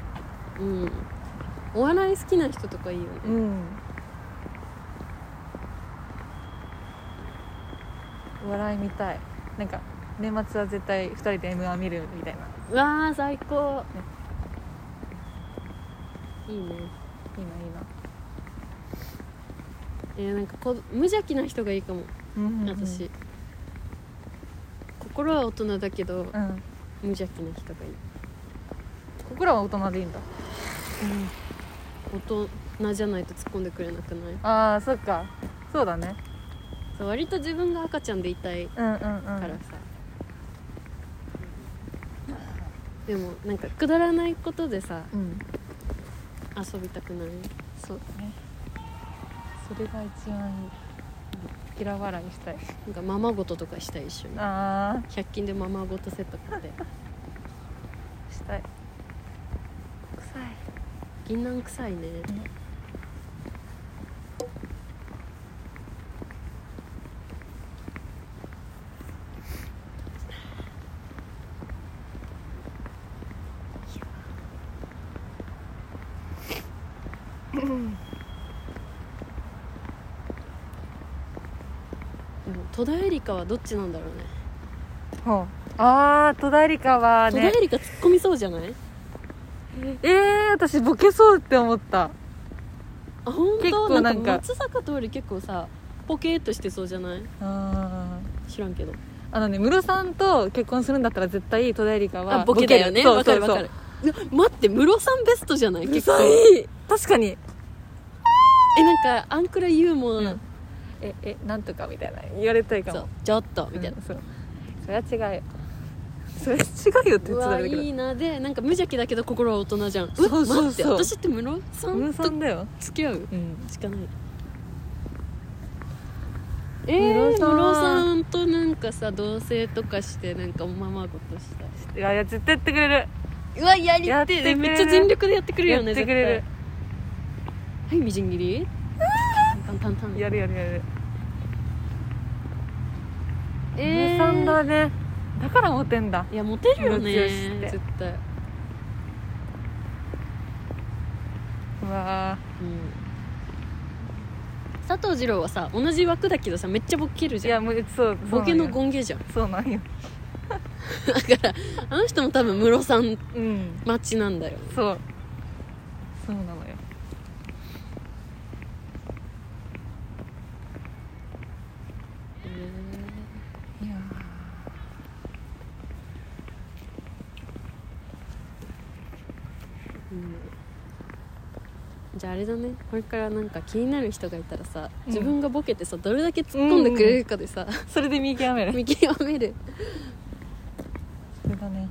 うんお笑い好きな人とかいいよねうん笑い見たいなんか年末は絶対2人で m 1見るみたいなうわあ最高いいねいいないいなえーなんかこ無邪気な人がいいかもうん私、心は大人だけどうん無邪気な人がいい、ここらは大人でいいんだ大人じゃないと突っ込んでくれなくないああそっかそうだねそう割と自分が赤ちゃんでいたいかうんうんうんらさ、でもなんかくだらないことでさうん遊びたくないそうだねそれが一番いい平笑いしたいなんかままごととかしたい一緒にあ100均でままごとセット買ってあしたい臭い銀杏臭いねでも戸田恵梨香はどっちなんだろうねほうあー戸田恵梨香は戸田恵ね梨香突っ込みそうじゃないえー、私ボケそうって思ったあ本結当構ななんんかか松坂桃李結構さポケーっとしてそうじゃないあ知らんけどあのねムロさんと結婚するんだったら絶対戸田恵梨香はあボケだよねボケるわかるわかるいや待ってムロさんベストじゃないそう結そうそ構ううざい確かにえなんかあんくらいユーモアな、うんええなんとかみたいな言われたいかそもうちょっとみたいな、うんそうそりゃ違うよそりゃ違うよって言ってたんうわだけどいいなでなんか無邪気だけど心は大人じゃんそうそうそうわ待って私ってムロさムロんさとんだよ付き合ううんしかないえー、ムロさんムロさんとなんかさ同棲とかしてなんかおままごとしたいいやいや絶対やってくれるうわやりやっててくれえるめっちゃ全力でやってくれるよねやってくれる絶対はいみじん切りタンタンタンやるやるやるえムーロさんだねだからモテんだいやモテるよねムロツヨシって絶対うわうん佐藤二朗はさ同じ枠だけどさめっちゃボケるーいじゃやもうそうそんうボケのゴ権ゲじゃんそうなんよだからあの人も多分ムロさんうん待ちなんだよそうそうなのよいやうんじゃああれだねこれからなんか気になる人がいたらさ、うん自分がボケてさどれだけ突っ込んでくれるかでさ、それで見極める 見極めるそれだね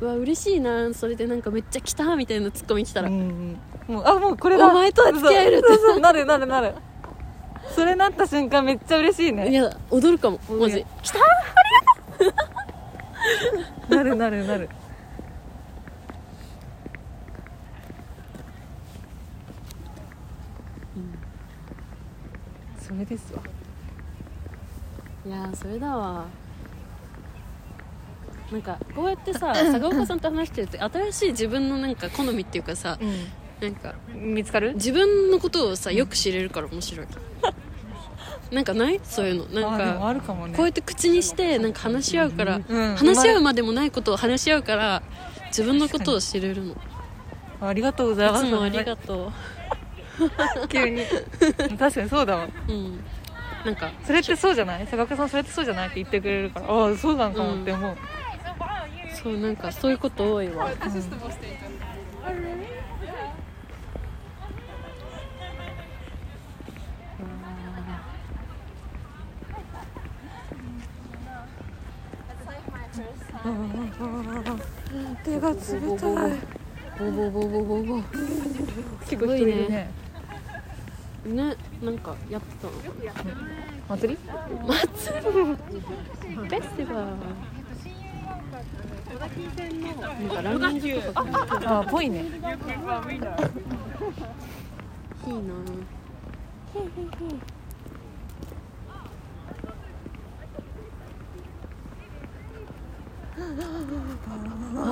うわ嬉しいなそれでなんかめっちゃ来たみたいなツッコミ来たら、うんうん、もうあもうこれだお前とは付き合えるってそうそうそうなるなるなるそれなった瞬間めっちゃ嬉しいいねや踊るかもうんマジ来たなるなるなるそれですわいやーそれだわなんかこうやって さ坂岡さんと話してるって新しい自分のなんか好みっていうかさうなんかん見つかる自分のことをさよく知れるから面白い なんかないそういうのなんあでもかあるかもねこうやって口にしてなんか話し合うから、うん話し合うまでもないことを話し合うから自分のことを知れるのいありがとうございますつもありがと急に 確かにそうだわううんなんかそれってそうじゃない坂倉さんそれってそうじゃないって言ってくれるからああそうなんかもって思う、そうなんかそういうこと多いわ手が冷たいボボボボボボ結構人いるねねなんかやってたの祭りフェスティバル田急線のなんかランニングとかかあぽいねいいなあ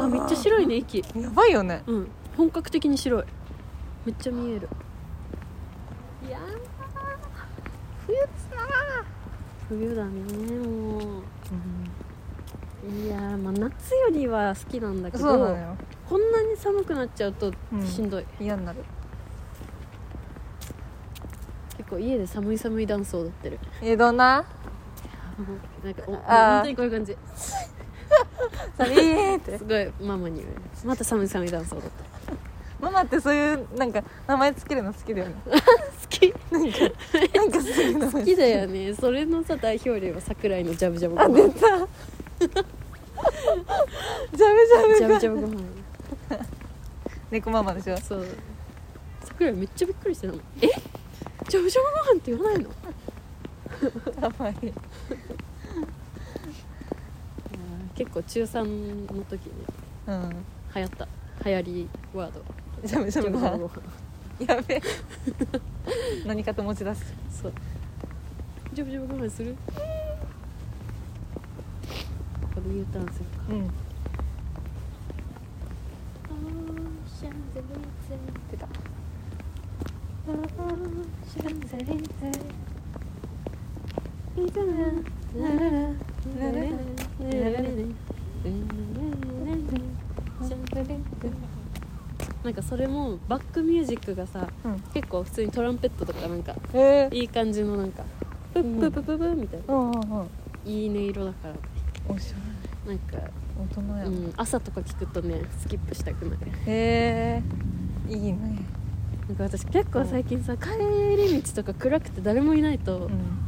ーめっちゃ白いね息やばいよねうん本格的に白いめっちゃ見えるいや冬だねもういやーまあ夏よりは好きなんだけそうなどのよこんなに寒くなっちゃうとうんしんどい、嫌になる結構家で寒い寒いダンスを踊ってるえどんななんかおあー本当にこういう感じサビーってすごいママに言われますまた寒い寒いダンス踊った ママってそういうなんか名前つけるの好きだ よね好きなんかなんかそういう名前好きだよねそれのさ代表例は桜井のジャブジャブごあ飯出たジャブジジャャブブがジャブご飯猫ママでしょそう桜井めっちゃびっくりしてたもんえジャブジャブご飯って言わないのかわいい結構中3の時ねうん流行った流行りワードジャブジジャブャブごジャブご飯飯や べえ何かと持ち出すそうジャブジャブご飯す るここで U ターンするかうん出たなんかそれもバックミュージックがさ、うん結構普通にトランペットとかなんかえーいい感じのなんかプップップップップッみたいな、うんうんうんいい音色だからおしゃなんか、れ大人やうなへん、朝とか聞くとねスキップしたくなるえーいいねなんか私結構最近さ帰り道とか暗くて誰もいないと、うん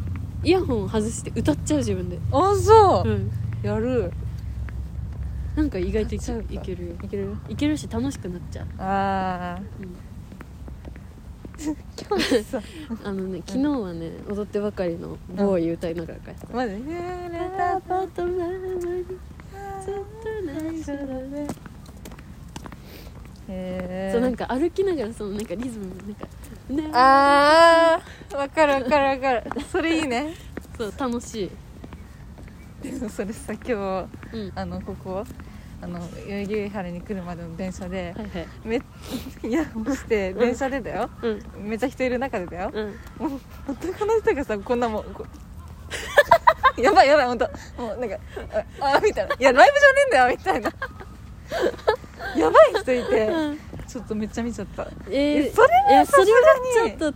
イヤホン外して歌っちゃう自分で、、あそううんやるなんか意外とい歌っちゃうかけいけるよいけるいけるし楽しくなっちゃう、ああうん今日さあのね昨日はね踊ってばかりのボーイ歌いながら帰った、マジ揺れたパトラーマにずっと内緒だねへえそうなんか歩きながらそのなんかリズムなんかねあーわかるわかるわかるそれいいね そう楽しいでもそれさ今日うんはあのここあの代々木上原に来るまでの電車でいはいめっイヤホンして電車でだようんめっちゃ人いる中でだようんもう男の人がさこんなもんこう やばいやばい本当もうなんかああみたいないやライブじゃねえんだよみたいなやばい人いてうんちょっとめっちゃ見ちゃったええそれはえそれさすがはちにょっ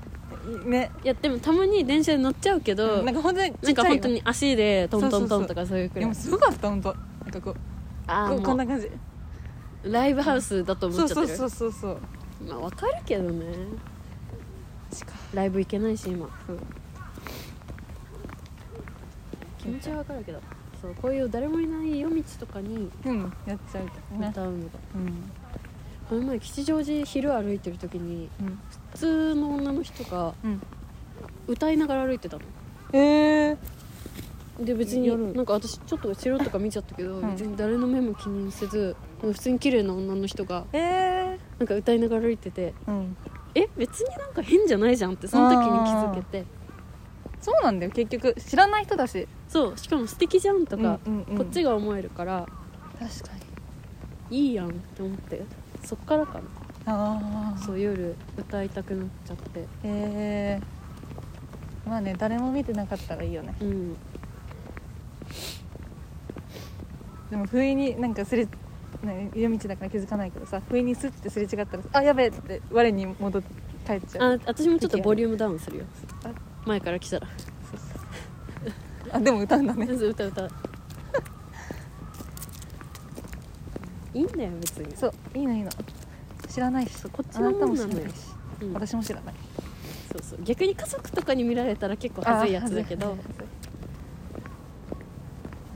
とねいやでもたまに電車で乗っちゃうけどなんか本当になちっちんかゃい本よ当に足でトントントンとかそういういくらやいもうすごかった本当なんかこうあこーうこんもな感じうライブハウスだと思っちそゃうってるそうそうそうそうまあわかるけどねしかライブ行けないし今そう気持ちはわかるけどそうこういう誰もいない夜道とかにうんやっちゃうからね歌うのが、うんこの前吉祥寺昼歩いてる時にうん普通の女の人がうん歌いながら歩いてたのえー、で別やるになんか私ちょっと後ろとか見ちゃったけど、うん別に誰の目も気にせず普通に綺麗な女の人がえなんか歌いながら歩いててー、うんえ別になんか変じゃないじゃんってその時に気づけてそうなんだよ結局知らない人だしそうしかも素敵じゃんとか、うんうんうんこっちが思えるから確かにいいやんって思ってそっからかなああそう夜歌いたくなっちゃってえー、まあね誰も見てなかったらいいよねうんでも不意になんかすれね夜道だから気づかないけどさ不意にスッてすれ違ったらあやべえって我に戻って帰っちゃうあ私もちょっとボリュームダウンするよあ前から来たらそうそうあでも歌うんだ ね歌歌ういいんだよ別にそういいのいいの知らないしそうこっちあなのたももん知ならのなよいし、うん私も知らないそうそう逆に家族とかに見られたら結構恥ずいやつだけど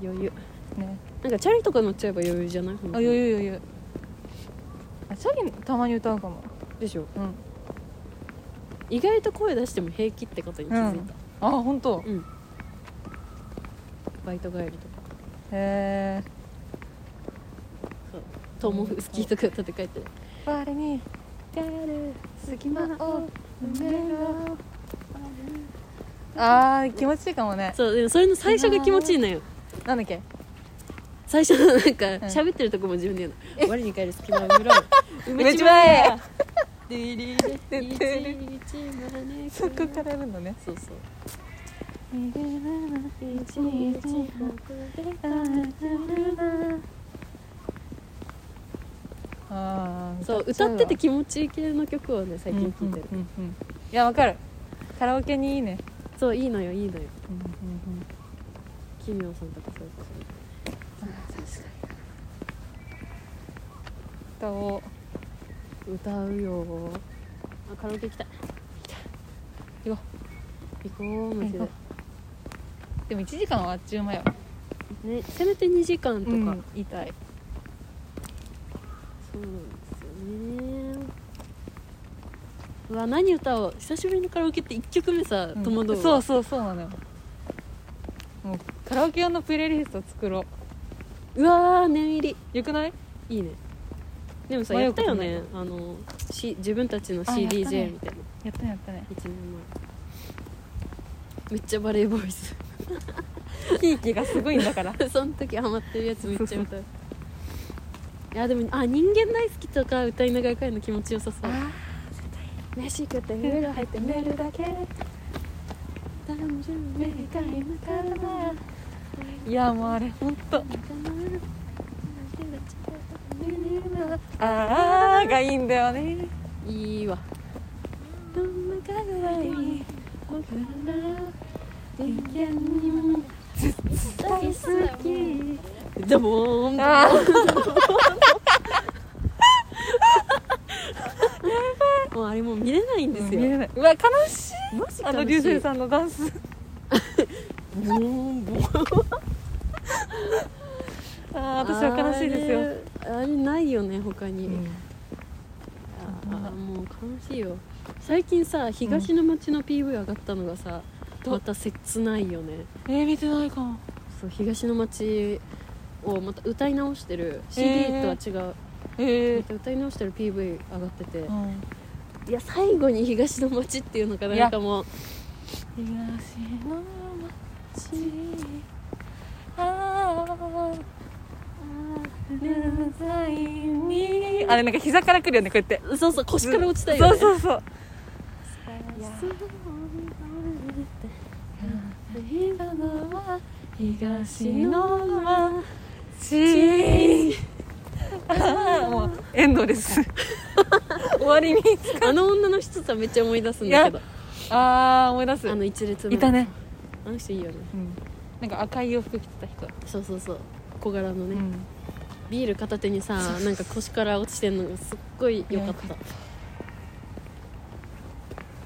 余裕ねなんかチャリとか乗っちゃえば余裕じゃないあ余裕余裕あチャギたまに歌うかもでしょうん意外と声出しても平気ってことに気づいたあ本当うん、バイト帰りとかへえトモフスキーとか歌って帰ってる我にギャル隙間を埋めろあー気持ちいいかもねそうでもそれの最初が気持ちいいのよなんだっけ最初のなんか喋ってるとこも自分で言うの「我に帰る隙間を 埋めろ」「埋めちまえディリリディリリ一まねそこからやるのねそうそうあーそう歌ってて気持ちいい系の曲をね最近聴いてる、うんうんうんうんいやわかるカラオケにいいねそういいのよいいのようんうん奇妙さんとかそういうこ歌をと歌うよあカラオケ行きたい行こ行こうマジで行こでも1時間はあっちゅう間よねせめて2時間とか、うん言いたいそうなんですよねうわ何歌おう久しぶりにカラオケって1曲目さ戸惑うわ、そうそうそうなのよもうカラオケ用のプレイリスト作ろうわー念入りうよくないいいねでもさ迷やうっこたとよないねあの、C、自分たちのあやったね CDJ みたいなやったねやったね1年前めっちゃバレーボーイズ キーキがすごいんだから その時ハマってるやつめっちゃ歌ういやでもあ人間大好きとか歌いながら帰るの気持ちよさそう飯食って風呂入って寝るだけ単純明快な体いやもうあれほんとあーがいいんだよねいいわでもーんあもうあれもう見れないんーです見よえない。うわ悲しいマジあの悲し流い星さんのダン スボーンボーンあー私は悲しいですよあれあれないよね他に、うんあーもう悲しいよ最近さ東の町の PV 上がったのがさ、どまた切ないよねえー見てないかもそう東の町をまた歌い直してる CD えとは違ーう、えまた歌い直してる PV 上がってて、うんいや最後に東の町っていうのかないやなんかもう東の街あー眠たいにあれなんか膝から来るよねこうやってそうそう腰から落ちたいよねそうそうそういや東の街ああ もうエンドレ ス終わりにあの女の人さめっちゃ思い出すんだけどああ思い出すあの一列目いたね、あの人いいよねうん、なんか赤い洋服着てた人、そうそうそう小柄のうね、ん、ビール片手にさなんか腰から落ちてんのがすっごい良かったいやよか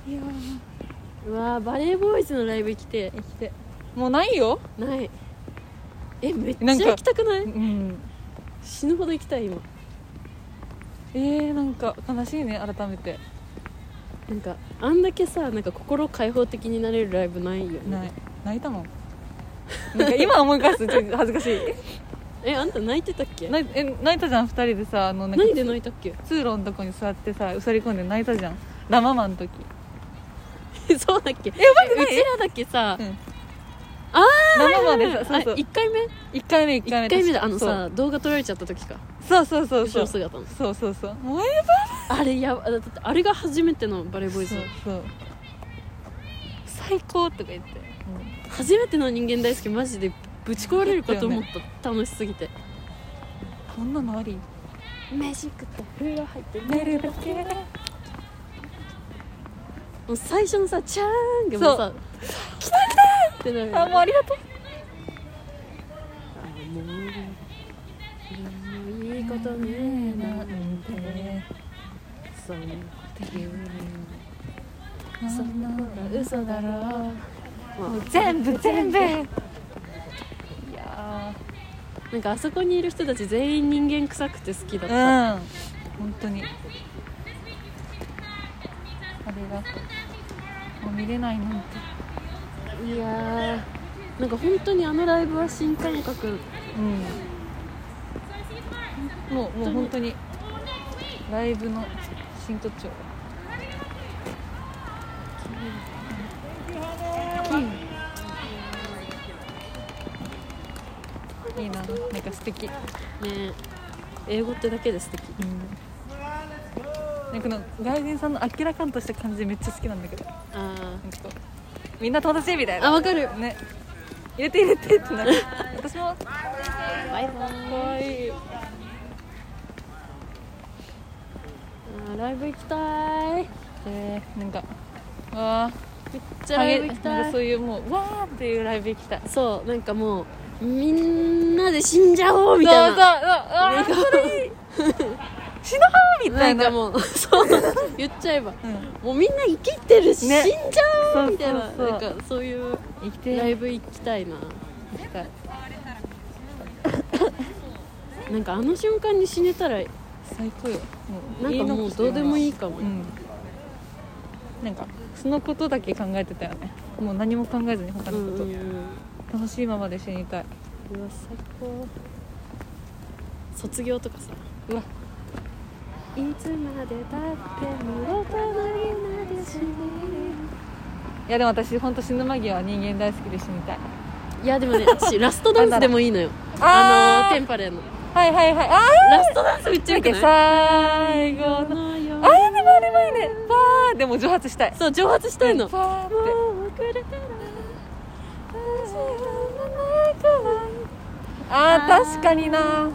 いやうわーバレーボーイズのライブ来て生きてもうないよ、ないえめっちゃなんか行きたくないうん、死ぬほど行きたい今えー、なんか悲しいね改めてなんかあんだけさなんか心開放的になれるライブないよねない泣いたもんなんか今思い返すとちょっと恥ずかし いえあんた泣いてたっけ泣いえ泣いたじゃん2人でさあのなんか何で泣いたっけ 通路のとこに座ってさ座り込んで泣いたじゃんラ・ママの時そうだっけばえくないうちらだっけさ、うんあーラ・ママでさあそうそう1回目1回目1 1回目回目だあのさ動画撮られちゃった時かそうそうそう後そうそうろ姿のそうそうそうもうえあれやばだってあれが初めてのバレーボーイズそうそう最高とか言って、初めての人間大好きマジでぶち壊れるかと思った楽しすぎてこんなのあり飯食って風呂入って寝るだけもう最初のさ「チャーン!」がもうさ「来た来た!」ってなるあもうありがとうあもうもういいことねえなんてそんなそんな嘘だろもう全部全部いやなんかあそこにいる人たち全員人間臭くて好きーだった、うん本当にありがとうもう見れないなんていやーなんか本当にあのライブは新感覚うん本もうもう本当にライブの真骨頂いいななんか素敵、うね英語ってだけで素敵ん、なんかこの外人さんの明らかんとした感じめっちゃ好きなんだけどなんかあこうみんな友達みたいーなあわかるね入れて入れてってなる私もバイバイかわいいあーライブ行きたいえー、なんかわめっちーゃライブ行きなんたかいそういうもうわーっていうライブ行きたいそうなんかもうみんなで死んじゃおうみそうそうたそいうなあーそれいい死のうみたないんかなもうそう言っちゃえばうんもうみんな生きてるし、ね死んじゃおうみたいなそうそうそうなんかそういう生きてラ行イブ行きたいなきたいなんかあの瞬間に死ねたら最高よなんかもうどうでもいいかも、うんなんかそのことだけ考えてたよねもう何も考えずに他うのんこうと、んうん楽しいままで死にたいうわ最高卒業とかさうわいつまでたっても大人になるしいやでも私本当死ぬ間際は人間大好きで死にたいいやでもね私ラストダンスでもいいのよああーのテンパレーのはいはいはいあラストダンスめっちゃあよくてない最後のあれでもあれもいいねパーでも蒸発したいそう蒸発したいのパーってあー確かにな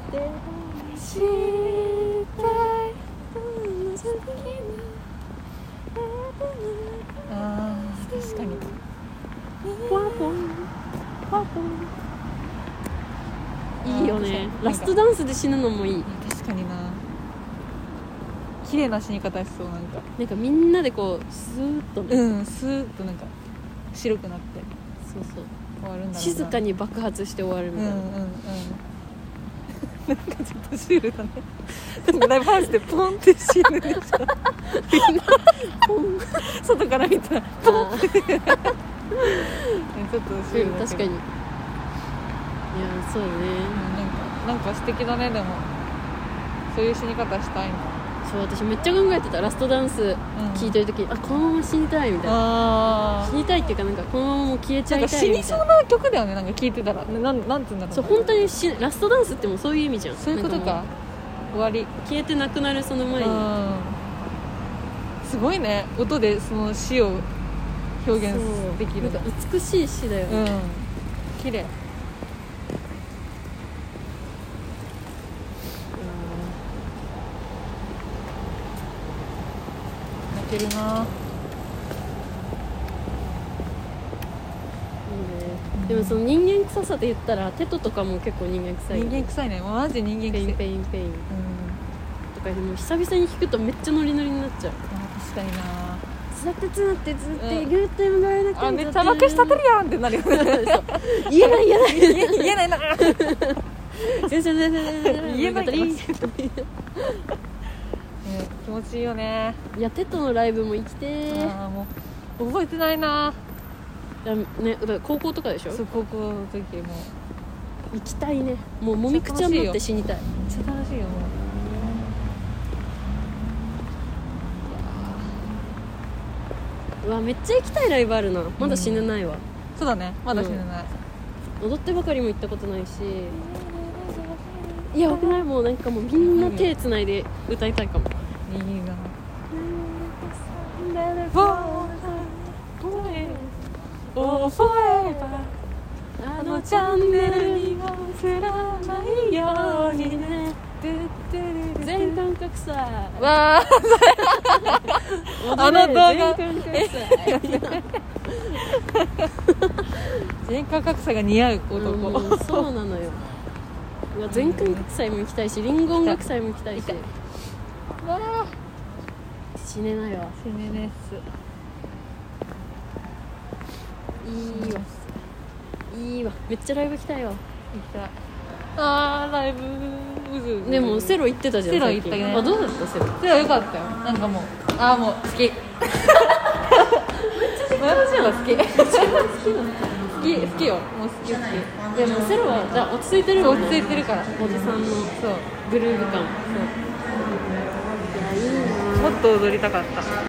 あー確かにいいよねあーラストダンスで死ぬのもいい確かにな綺麗な死に方しそうなんかなんかみんなでこうスーッとね、うんスーッとなんか白くなってそうそう終わるんだろうな静かに爆発して終わるうみんうたいんな、うんなんかちょっとシュールだねライブハウスでポンって死ぬでしょ外から見たらねあーちょっとシューうルんだ確けかどにいやそうようねんなんかなんか素敵だねでもそういう死に方したいなそう私めっちゃ考えてたラストダンス聞いてる時、あこのまま死にたいみたいなあ死ーにたいっていうかなんかこのままもう消えちなゃんいかたい死みたいになそうな曲だよねなんか聞いてたらななんなんつうんだろうそう本当にしラストダンスってもうそういう意味じゃんそういうことなんか終もわりう消えてなくなるその前にうんすごいね音でその死を表現そうできるなんか美しい詩だよ、うん綺麗泣けるなうんでもその人間臭さで言ったらテトとかも結構人間臭いよ人間臭いねマジ人間臭ペイいンペインペインうんとかでも久々に弾くとめっちゃノリノリになっちゃうあ確かになつだってつだってつだってうんグーって迎えなきゃあめっちゃまくしたてるやんってなるよね言えない言えな い言え言えないな全然全然言えないからいね気持ちいいよね、やテトのライブも行きてーああもう覚えてないないやねだから高校とかでしょそう高校の時も行きたいねもうもみくちゃになって死にたいめっちゃ楽しいよもううわめっちゃ行きたいライブあるなまだ死ねないわ、そうだねまだ死ねない、踊ってばかりも行ったことないしいやばくないもうなんかもうみんな手つないで歌いたいかもいいなおフォーエバあーののチチャャンンネネルルにに忘れないようにね全感覚さわああの動画全感覚さ全価格差が似合う男、うんそうなのようわ全感覚祭も行きたいしリンゴ音楽祭も行きたいしわあ死ねないわ死ねねっすいいわいいわめっちゃライブ行きたいわ痛いあーライブうずうずでもセロ行ってたじゃんセロ最近行ったねあどうだったセロセロよかったよなんかもうああもう好き めっちゃ好き好き好きよもう好き好きでもセロはじゃあ落ち着いてるそうもん落ねち着いてるからおじさんのそうグルーヴ感もっと踊りたかった